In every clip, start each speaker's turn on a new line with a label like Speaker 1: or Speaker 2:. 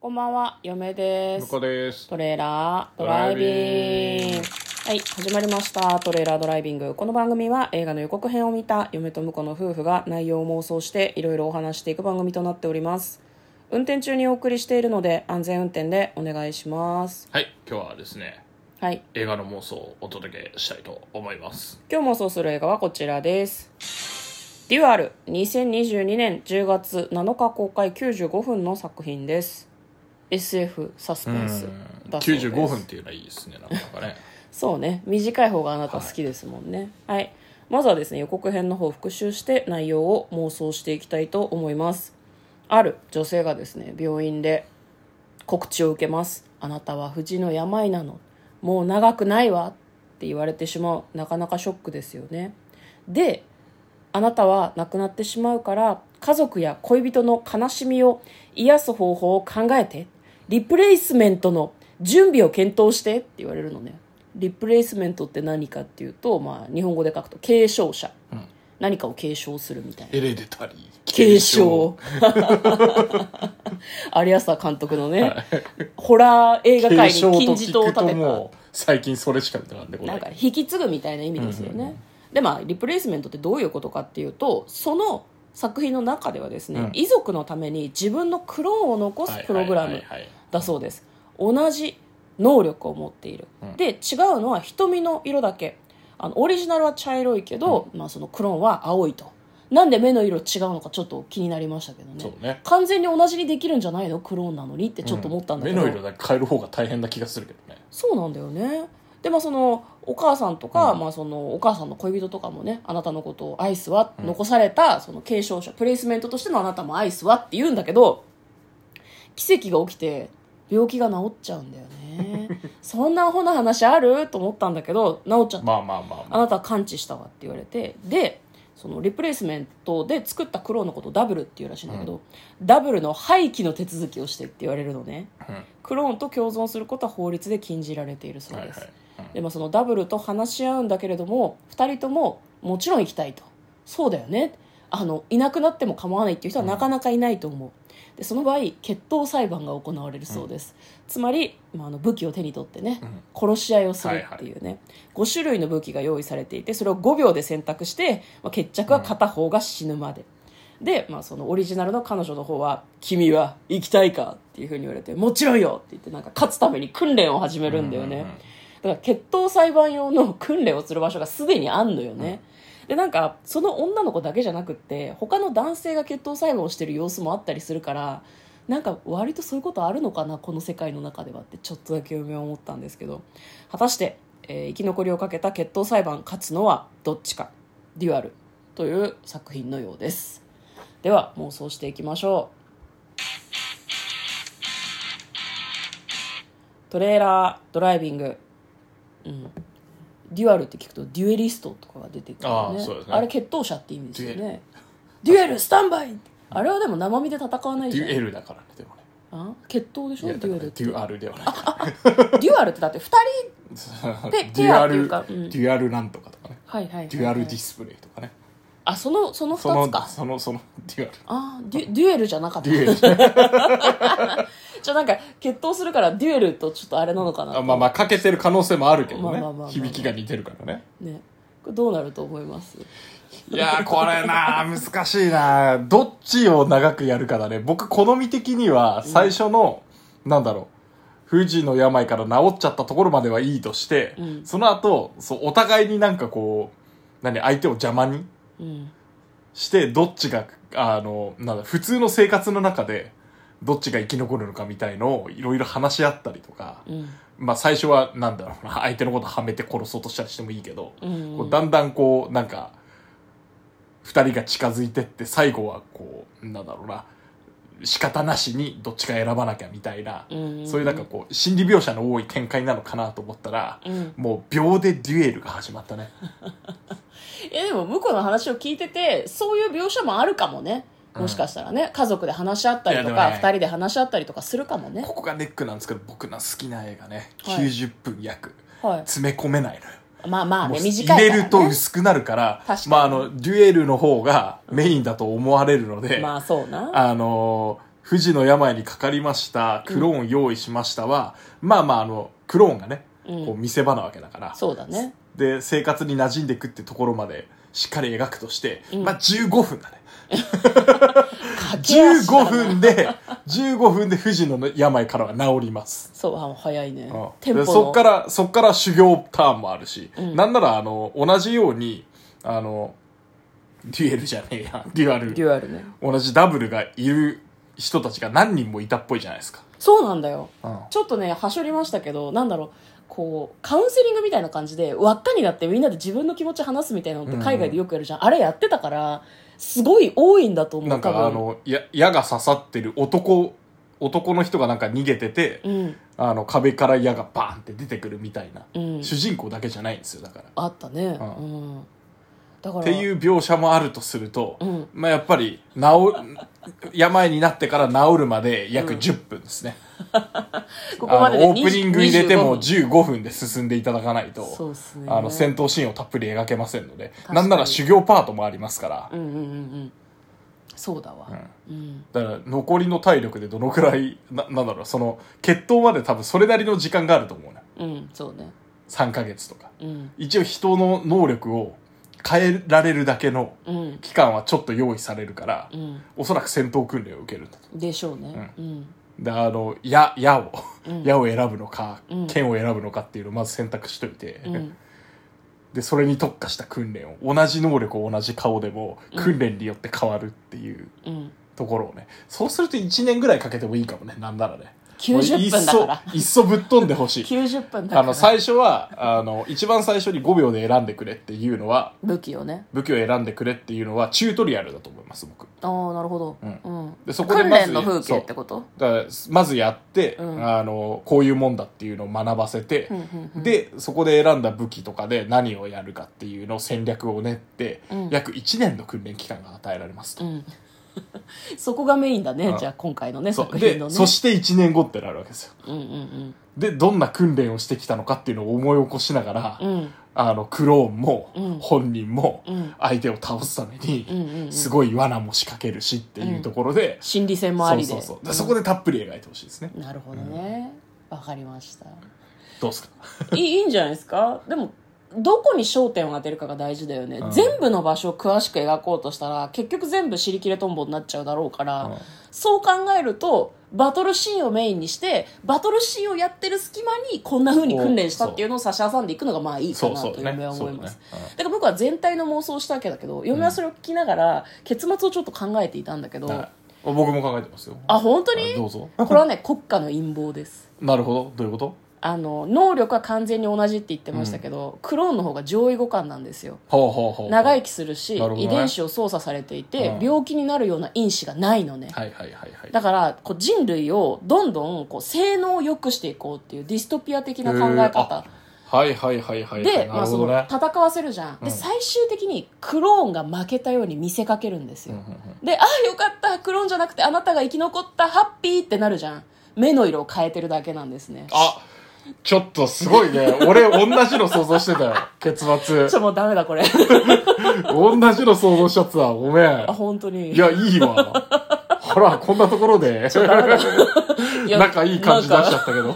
Speaker 1: こんばんは、嫁で
Speaker 2: 向
Speaker 1: す
Speaker 2: こ。うです。
Speaker 1: トレーラードライビング。
Speaker 2: ドライビング
Speaker 1: はい、始まりました。トレーラードライビング。この番組は映画の予告編を見た嫁と婿の夫婦が内容を妄想していろいろお話していく番組となっております。運転中にお送りしているので安全運転でお願いします。
Speaker 2: はい、今日はですね、
Speaker 1: はい、
Speaker 2: 映画の妄想をお届けしたいと思います。
Speaker 1: 今日妄想する映画はこちらです。デュアル、2022年10月7日公開95分の作品です。SF サスペンスだそうです。
Speaker 2: 95分っていうのはいいですね、なかな かね。
Speaker 1: そうね短い方があなた好きですもんねはい、まずはですね予告編の方を復習して内容を妄想していきたいと思いますある女性がですね病院で告知を受けますあなたは不治の病なのもう長くないわって言われてしまうなかなかショックですよねであなたは亡くなってしまうから家族や恋人の悲しみを癒す方法を考えてリプレイスメントの準備を検討してって言われるのねリプレイスメントって何かっていうと、まあ、日本語で書くと継承者、何かを継承するみたいな
Speaker 2: エレデタリー。
Speaker 1: 継承 有安田監督のね、ホラー映画
Speaker 2: 継承。
Speaker 1: 界
Speaker 2: 継
Speaker 1: に金
Speaker 2: 承と
Speaker 1: 字塔を
Speaker 2: 聞く
Speaker 1: 立
Speaker 2: と
Speaker 1: てた
Speaker 2: もう、最近それしか出てこないんで、こ
Speaker 1: なんか
Speaker 2: れ。
Speaker 1: 引き継ぐみたいな意味ですよね、でまあリプレイスメントってどういうことかっていうとその作品の中ではですね、
Speaker 2: うん
Speaker 1: 遺族のために自分のクローンを残すプログラ
Speaker 2: は
Speaker 1: ム
Speaker 2: いはいはいはい
Speaker 1: だそうです同じ能力を持っている、
Speaker 2: うん
Speaker 1: で違うのは瞳の色だけあのオリジナルは茶色いけど、まあ、そのクローンは青いとなんで目の色違うのかちょっと気になりましたけどね
Speaker 2: そうね。
Speaker 1: 完全に同じにできるんじゃないのクローンなのにってちょっと思ったんだけど、
Speaker 2: う目の色だけ変える方が大変な気がするけどね。
Speaker 1: そうなんだよねでまあそのお母さんとか、
Speaker 2: うん
Speaker 1: まあ、そのお母さんの恋人とかもねあなたのことを愛すわ、残されたその継承者プレイスメントとしてのあなたも愛すわって言うんだけど奇跡が起きて病気が治っちゃうんだよ ねそんなアホな話あると思ったんだけど治っちゃった
Speaker 2: まあまあまあま
Speaker 1: あなたは完治したわって言われてでそのリプレイスメントで作ったクローンのことをダブルっていうらしいんだけど、ダブルの廃棄の手続きをしてって言われるのね、
Speaker 2: うん
Speaker 1: クローンと共存することは法律で禁じられているそ
Speaker 2: あ。
Speaker 1: う
Speaker 2: はい
Speaker 1: で
Speaker 2: は
Speaker 1: す、
Speaker 2: い。
Speaker 1: でもそのダブルと話し合うんだけれども2人とももちろん行きたいとそうだよねあのいなくなっても構わないっていう人はなかなかいないと思う、でその場合決闘裁判が行われるそうです、つまり、まあ、あの武器を手に取ってね、
Speaker 2: うん
Speaker 1: 殺し合いをするっていうね、5種類の武器が用意されていてそれを5秒で選択して、まあ、決着は片方が死ぬまで、で、まあ、そのオリジナルの彼女の方は「君は行きたいか?」っていうふうに言われて「もちろんよ!」って言ってなんか勝つために訓練を始めるんだよね、
Speaker 2: うんうんうん
Speaker 1: だから決闘裁判用の訓練をする場所がすでにあんのよね、でなんかその女の子だけじゃなくって他の男性が決闘裁判をしてる様子もあったりするからなんか割とそういうことあるのかなこの世界の中ではってちょっとだけ嫁は思ったんですけど果たして、えー生き残りをかけた決闘裁判勝つのはどっちかデュアルという作品のようですでは妄想していきましょうトレーラードライビングうんデュアルって聞くとデュエリストとかが出てくるよ
Speaker 2: あ
Speaker 1: ね
Speaker 2: ーそうですね
Speaker 1: あれ決闘者って意味ですよ
Speaker 2: デュエ
Speaker 1: ねデュエルスタンバイあれはでも生身で戦わない
Speaker 2: デ
Speaker 1: じゃ
Speaker 2: ュエ
Speaker 1: ん
Speaker 2: ルだからね、でもね。
Speaker 1: あ決闘でしょ
Speaker 2: い
Speaker 1: デュ
Speaker 2: やだか
Speaker 1: エ
Speaker 2: ら
Speaker 1: ル
Speaker 2: デ
Speaker 1: って
Speaker 2: ュアルではない。
Speaker 1: デュアルってだって2人
Speaker 2: デ
Speaker 1: でペ
Speaker 2: ュ
Speaker 1: ア
Speaker 2: ア
Speaker 1: ってい
Speaker 2: ル、
Speaker 1: う
Speaker 2: デ
Speaker 1: かうん
Speaker 2: ュアルなんとかとかね。
Speaker 1: はいはいはいはい、
Speaker 2: デュアルディスプレイとかね。
Speaker 1: あそのその
Speaker 2: そ
Speaker 1: 2つ
Speaker 2: の、
Speaker 1: か
Speaker 2: その、その、デュアル。
Speaker 1: あーデュデュエルじゃなかった
Speaker 2: デュエル。
Speaker 1: じゃあなんか決闘するからデュエルとちょっとあれなのかな
Speaker 2: あまあまあ、かけてる可能性もあるけ
Speaker 1: ま
Speaker 2: ど
Speaker 1: あまあまあまあ
Speaker 2: ね。響きが似てるからね。
Speaker 1: ねこれどうなると思います
Speaker 2: いやー、これなー、難しいなー。どっちを長くやるかだね。僕、好み的には、最初の、なんだろう。富士の病から治っちゃったところまではいいとして、
Speaker 1: うん
Speaker 2: その後、そう、お互いになんかこう、何、相手を邪魔に
Speaker 1: うん
Speaker 2: して、どっちが、あの、なんだ、普通の生活の中で、どっちが生き残るのかみたいのをいろいろ話し合ったりとか、
Speaker 1: うん
Speaker 2: まあ最初はなんだろうな、 相手のことはめて殺そうとしたりしてもいいけど、
Speaker 1: うん
Speaker 2: こうだんだんこう、なんか、二人が近づいてって、最後はこう、なんだろうな、仕方なしにどっちか選ばなきゃみたいな、
Speaker 1: うん
Speaker 2: そういうなんかこう、心理描写の多い展開なのかなと思ったら、
Speaker 1: うん
Speaker 2: もう秒でデュエルが始まったね。
Speaker 1: いやでも向こうの話を聞いててそういう描写もあるかもねもしかしたらね、家族で話し合ったりと
Speaker 2: いや
Speaker 1: か、
Speaker 2: でもね
Speaker 1: 二人で話し合ったりとかするかもね
Speaker 2: ここがネックなんですけど、僕の好きな映画ね、
Speaker 1: はい
Speaker 2: 90分約、
Speaker 1: は
Speaker 2: 詰め込めないのよ。
Speaker 1: いまあまあね
Speaker 2: もう
Speaker 1: 短いから、ね、
Speaker 2: 入れると薄くなるから、
Speaker 1: 確かに
Speaker 2: まああの、デュエルの方がメインだと思われるので、
Speaker 1: まあそうな
Speaker 2: あのー不治の病にかかりました、クローン用意しましたは、まあまあ、あの、クローンがね、
Speaker 1: うん
Speaker 2: こう見せ場なわけだから、
Speaker 1: そうだね
Speaker 2: で、生活に馴染んでいくってところまで、しっかり描くとして、
Speaker 1: うん
Speaker 2: まあ15分だね。
Speaker 1: 駆け足だな
Speaker 2: 15分で、15分で不治の病からは治ります。
Speaker 1: そうあ早いね
Speaker 2: うん
Speaker 1: テンポの
Speaker 2: でそっから、そっから修行ターンもあるし、
Speaker 1: うん
Speaker 2: なんなら、あの、同じように、あの、デュエルじゃねえや、デュアル。
Speaker 1: デュアルね
Speaker 2: 同じダブルがいる人たちが何人もいたっぽいじゃないですか。
Speaker 1: そうなんだよ
Speaker 2: うん
Speaker 1: ちょっとねはしょりましたけどなんだろうこうカウンセリングみたいな感じで輪っかになってみんなで自分の気持ち話すみたいなのって海外でよくやるじゃん、あれやってたからすごい多いんだと思う
Speaker 2: なん
Speaker 1: 多分
Speaker 2: かあの、や、矢が刺さってる男、男の人がなんか逃げてて、
Speaker 1: うん
Speaker 2: あの、壁から矢がバーンって出てくるみたいな、
Speaker 1: うん
Speaker 2: 主人公だけじゃないんですよ、だから。
Speaker 1: あったねう
Speaker 2: うん
Speaker 1: ん、だから
Speaker 2: っていうう描写もあるとすると、
Speaker 1: うん
Speaker 2: まあやっぱり、治、病になってから治るまで約10分ですね。
Speaker 1: ここまで
Speaker 2: あ
Speaker 1: で
Speaker 2: のオープニング入れても
Speaker 1: 20
Speaker 2: 15分で進んでいただかないと、
Speaker 1: そうっすね
Speaker 2: あの、戦闘シーンをたっぷり描けませんので、
Speaker 1: かに
Speaker 2: なんなら修行パートもありますから、
Speaker 1: うんうんうんうんそうだわうん、
Speaker 2: だから残りの体力でどのくらいななんだろうその決闘まで多分それなりの時間があると思うな
Speaker 1: うんそうね
Speaker 2: 3ヶ月とか
Speaker 1: うん
Speaker 2: 一応人の能力を変えられるだけの
Speaker 1: うん
Speaker 2: 期間はちょっと用意されるから、
Speaker 1: うん
Speaker 2: おそらく戦闘訓練を受けるんだと
Speaker 1: でしょうねうん、
Speaker 2: であの矢矢を、
Speaker 1: うん
Speaker 2: 矢を選ぶのか、
Speaker 1: うん
Speaker 2: 剣を選ぶのかっていうのをまず選択しといて、
Speaker 1: うん
Speaker 2: でそれに特化した訓練を同じ能力を同じ顔でも訓練によって変わるっていう
Speaker 1: うん
Speaker 2: ところをねそうすると1年ぐらいかけてもいいかもねなんならね
Speaker 1: 90分だから
Speaker 2: いっそいっそぶっ飛んで ほしい
Speaker 1: 90分だから
Speaker 2: あの最初はあの一番最初に5秒で選んでくれっていうのは
Speaker 1: 武器をね
Speaker 2: 武器を選んでくれっていうのはチュートリアルだと思います僕
Speaker 1: ああなるほど、
Speaker 2: うん
Speaker 1: うん
Speaker 2: でそこで
Speaker 1: 訓
Speaker 2: まず
Speaker 1: 練の風景ってこと
Speaker 2: だからまずやって、
Speaker 1: うん
Speaker 2: あのこういうもんだっていうのを学ばせて、
Speaker 1: うんうんうん
Speaker 2: でそこで選んだ武器とかで何をやるかっていうのを戦略を練って、
Speaker 1: うん
Speaker 2: 約1年の訓練期間が与えられますと、
Speaker 1: うん そこがメインだね、
Speaker 2: うん
Speaker 1: じゃあ今回のね
Speaker 2: そ
Speaker 1: 作
Speaker 2: う
Speaker 1: 品
Speaker 2: で
Speaker 1: のね
Speaker 2: そして1年後ってなるわけですよ
Speaker 1: うんうん
Speaker 2: でどんな訓練をしてきたのかっていうのを思い起こしながら、
Speaker 1: うんうん
Speaker 2: あの、クローンも
Speaker 1: うん、
Speaker 2: 本人も
Speaker 1: うん、
Speaker 2: 相手を倒すため
Speaker 1: うんうんう
Speaker 2: に
Speaker 1: ん、
Speaker 2: すごい罠も仕掛けるしっていうところで、
Speaker 1: 心理戦もあ
Speaker 2: そう
Speaker 1: りで
Speaker 2: そうそう。でそこでたっぷり描いてほしいですね。
Speaker 1: なるほどねわ、かりました
Speaker 2: どうですか
Speaker 1: いいいいんじゃないですかでもどこに焦点を当てるかが大事だよね、
Speaker 2: うん
Speaker 1: 全部の場所を詳しく描こうとしたら結局全部尻切れトンボになっちゃうだろうから、
Speaker 2: うん
Speaker 1: そう考えるとバトルシーンをメインにしてバトルシーンをやってる隙間にこんな風に訓練したっていうのを差し挟んでいくのがまあいいか
Speaker 2: そう
Speaker 1: な
Speaker 2: そ
Speaker 1: と
Speaker 2: う
Speaker 1: 嫁
Speaker 2: ね
Speaker 1: は。
Speaker 2: そ
Speaker 1: 思
Speaker 2: う
Speaker 1: い
Speaker 2: ね
Speaker 1: ます。だから僕は全体の妄想をしたわけだけど嫁はそれを聞きながら結末をちょっと考えていたんだけど、
Speaker 2: うんはい僕も考えてますよ。
Speaker 1: あ本当
Speaker 2: あどう
Speaker 1: に
Speaker 2: ぞ。
Speaker 1: これはね国家の陰謀です
Speaker 2: なるほど。どういうこと
Speaker 1: あの能力は完全に同じって言ってましたけど、クローンの方が上位互換なんですよ
Speaker 2: ほうほうほう。
Speaker 1: 長
Speaker 2: い。
Speaker 1: 生きするし
Speaker 2: なるほどね
Speaker 1: 遺伝子を操作されていて、
Speaker 2: うん
Speaker 1: 病気になるような因子がないのね、
Speaker 2: はいはいはいはい。
Speaker 1: だからこう人類をどんどんこう性能を良くしていこうっていうディストピア的な考え方
Speaker 2: はいはいはいはい。
Speaker 1: で、ま
Speaker 2: なる
Speaker 1: あ、そ
Speaker 2: ほど
Speaker 1: の
Speaker 2: ね。
Speaker 1: 戦わせるじゃん、
Speaker 2: うん
Speaker 1: で最終的にクローンが負けたように見せかけるんです
Speaker 2: う
Speaker 1: よ、
Speaker 2: んうんうん
Speaker 1: でああよかったクローンじゃなくてあなたが生き残ったハッピーってなるじゃん目の色を変えてるだけなんですね
Speaker 2: あ、ちょっとすごいね。俺同じの想像してたよ。結末
Speaker 1: ち。ょもうダメだこれ
Speaker 2: 同じの想像しちゃってた。ごめん
Speaker 1: あ。本当に
Speaker 2: いや、いいわ。ほら、こんなところで、
Speaker 1: いや
Speaker 2: 仲いい感じ出しちゃったけど。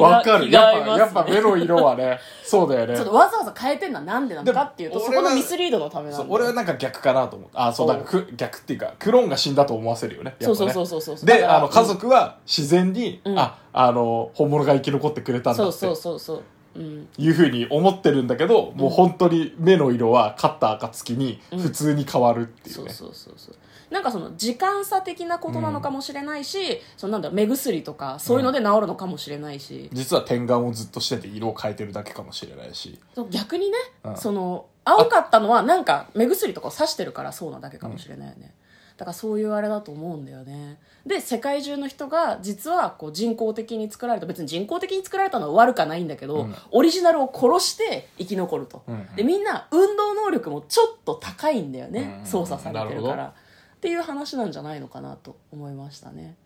Speaker 2: わかる。
Speaker 1: 気が
Speaker 2: や
Speaker 1: 合い
Speaker 2: っ
Speaker 1: ま
Speaker 2: ぱ、
Speaker 1: すね
Speaker 2: やっぱ目の色はね、そうだよ
Speaker 1: ちょっ
Speaker 2: ね
Speaker 1: と。わざわざ変えてんのはなんでなのかっていうと
Speaker 2: で
Speaker 1: そ
Speaker 2: も
Speaker 1: こ
Speaker 2: 俺は
Speaker 1: のミスリードのためなんだ
Speaker 2: そう
Speaker 1: よ
Speaker 2: 俺はなんか逆かなと思った。あ、そうだ、く逆っていうか、クローンが死んだと思わせるよね。や
Speaker 1: そ
Speaker 2: っ
Speaker 1: う
Speaker 2: ぱ
Speaker 1: そう
Speaker 2: ね
Speaker 1: そうそうそうだ
Speaker 2: で、
Speaker 1: から
Speaker 2: あの、家族は自然に、
Speaker 1: うん
Speaker 2: あ、あの、本物が生き残ってくれたんだ
Speaker 1: そう
Speaker 2: って
Speaker 1: そうそうそううん
Speaker 2: いうふうに思ってるんだけど、もう本当に目の色は勝った暁に普通に変わるってい
Speaker 1: そうう
Speaker 2: ね。
Speaker 1: そうそうそうなんかその時間差的なことなのかもしれないし、そのなんだろう目薬とかそういうので治るのかもしれないし、
Speaker 2: 実は点眼をずっとしてて色を変えてるだけかもしれないし。
Speaker 1: そう逆にね、
Speaker 2: うん
Speaker 1: その青かったのはなんか目薬とかを刺してるからそうなだけかもしれないよね、だからそういうあれだと思うんだよねで世界中の人が実はこう人工的に作られた別に人工的に作られたのは悪かないんだけど、
Speaker 2: うん
Speaker 1: オリジナルを殺して生き残ると、
Speaker 2: うんうん
Speaker 1: でみんな運動能力もちょっと高いんだよね、
Speaker 2: うん
Speaker 1: 操作されてるか
Speaker 2: なる
Speaker 1: らっていう話なんじゃないのかなと思いましたね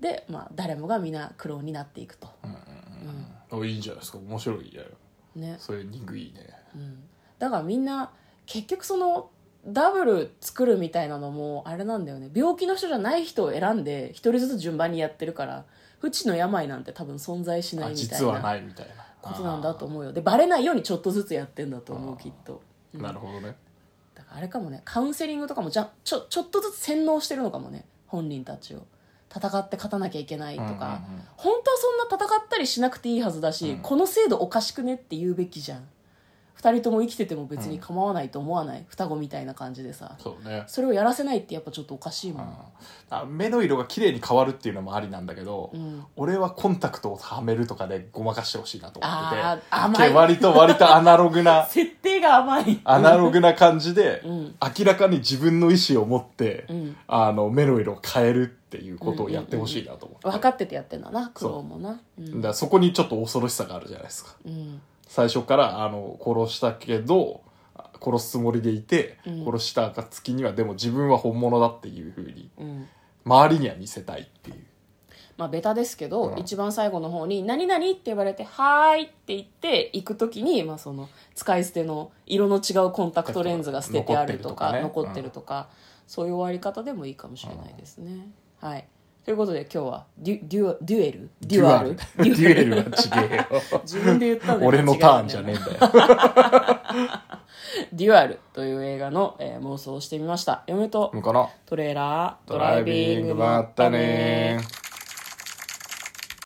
Speaker 1: で、まあ、誰もが皆苦労になっていくと、
Speaker 2: あいいんじゃないですか。面白いやよ。
Speaker 1: ね
Speaker 2: そういう肉いいね。
Speaker 1: だからみんな結局そのダブル作るみたいなのもあれなんだよね病気の人じゃない人を選んで一人ずつ順番にやってるから不治の病なんて多分存在しない
Speaker 2: あ
Speaker 1: みたい
Speaker 2: 実はな
Speaker 1: ない
Speaker 2: みたいな
Speaker 1: ことなんだと思うよでバレないようにちょっとずつやってんだと思うきっと
Speaker 2: あーなるほどね
Speaker 1: だからあれかもねカウンセリングとかもじゃちょちょっとずつ洗脳してるのかもね本人たちを戦って勝たなきゃいけないとか、
Speaker 2: うんうんうん
Speaker 1: 本当はそんな戦ったりしなくていいはずだし、
Speaker 2: うん
Speaker 1: この制度おかしくねって言うべきじゃん二人とも生きてても別に構わないと思わない、双子みたいな感じでさ
Speaker 2: そうね
Speaker 1: それをやらせないってやっぱちょっとおかしいも
Speaker 2: う
Speaker 1: ん、
Speaker 2: んあ目の色が綺麗に変わるっていうのもありなんだけど、
Speaker 1: ん
Speaker 2: 俺はコンタクトをはめるとかでごまかしてほしいなと思ってて
Speaker 1: あー甘い
Speaker 2: け割と割とアナログな
Speaker 1: 設定が甘い
Speaker 2: アナログな感じで、
Speaker 1: うん
Speaker 2: 明らかに自分の意思を持って、
Speaker 1: うん
Speaker 2: あの目の色を変えるっていうことをやってほしいなと思って、
Speaker 1: 分かっててやってんだな苦労もなう
Speaker 2: だ
Speaker 1: ん、
Speaker 2: からそこにちょっと恐ろしさがあるじゃないですか
Speaker 1: うん、
Speaker 2: 最初からあの殺したけどあ殺すつもりでいて、
Speaker 1: うん
Speaker 2: 殺した暁にはでも自分は本物だっていうふうに
Speaker 1: うん
Speaker 2: 周りには見せたいっていう
Speaker 1: まあ、ベタですけど、
Speaker 2: うん
Speaker 1: 一番最後の方に「何々?」って言われて「はーい」って言って行く時に、まあ、その使い捨ての色の違うコンタクトレンズが捨ててあるとか残
Speaker 2: 残
Speaker 1: っ
Speaker 2: ってて
Speaker 1: る
Speaker 2: る
Speaker 1: とか、そういう終わり方でもいいかもしれないですね。はい、ということで今日はデュデュデュエルデュアル
Speaker 2: デュエル
Speaker 1: デ
Speaker 2: はちげ えよ
Speaker 1: 自分で言ったんだよ
Speaker 2: 俺のターンじゃねえんだ よ
Speaker 1: デュアルという映画の、えー妄想をしてみました。嫁と
Speaker 2: この
Speaker 1: トレーラード
Speaker 2: ドライビングまったねー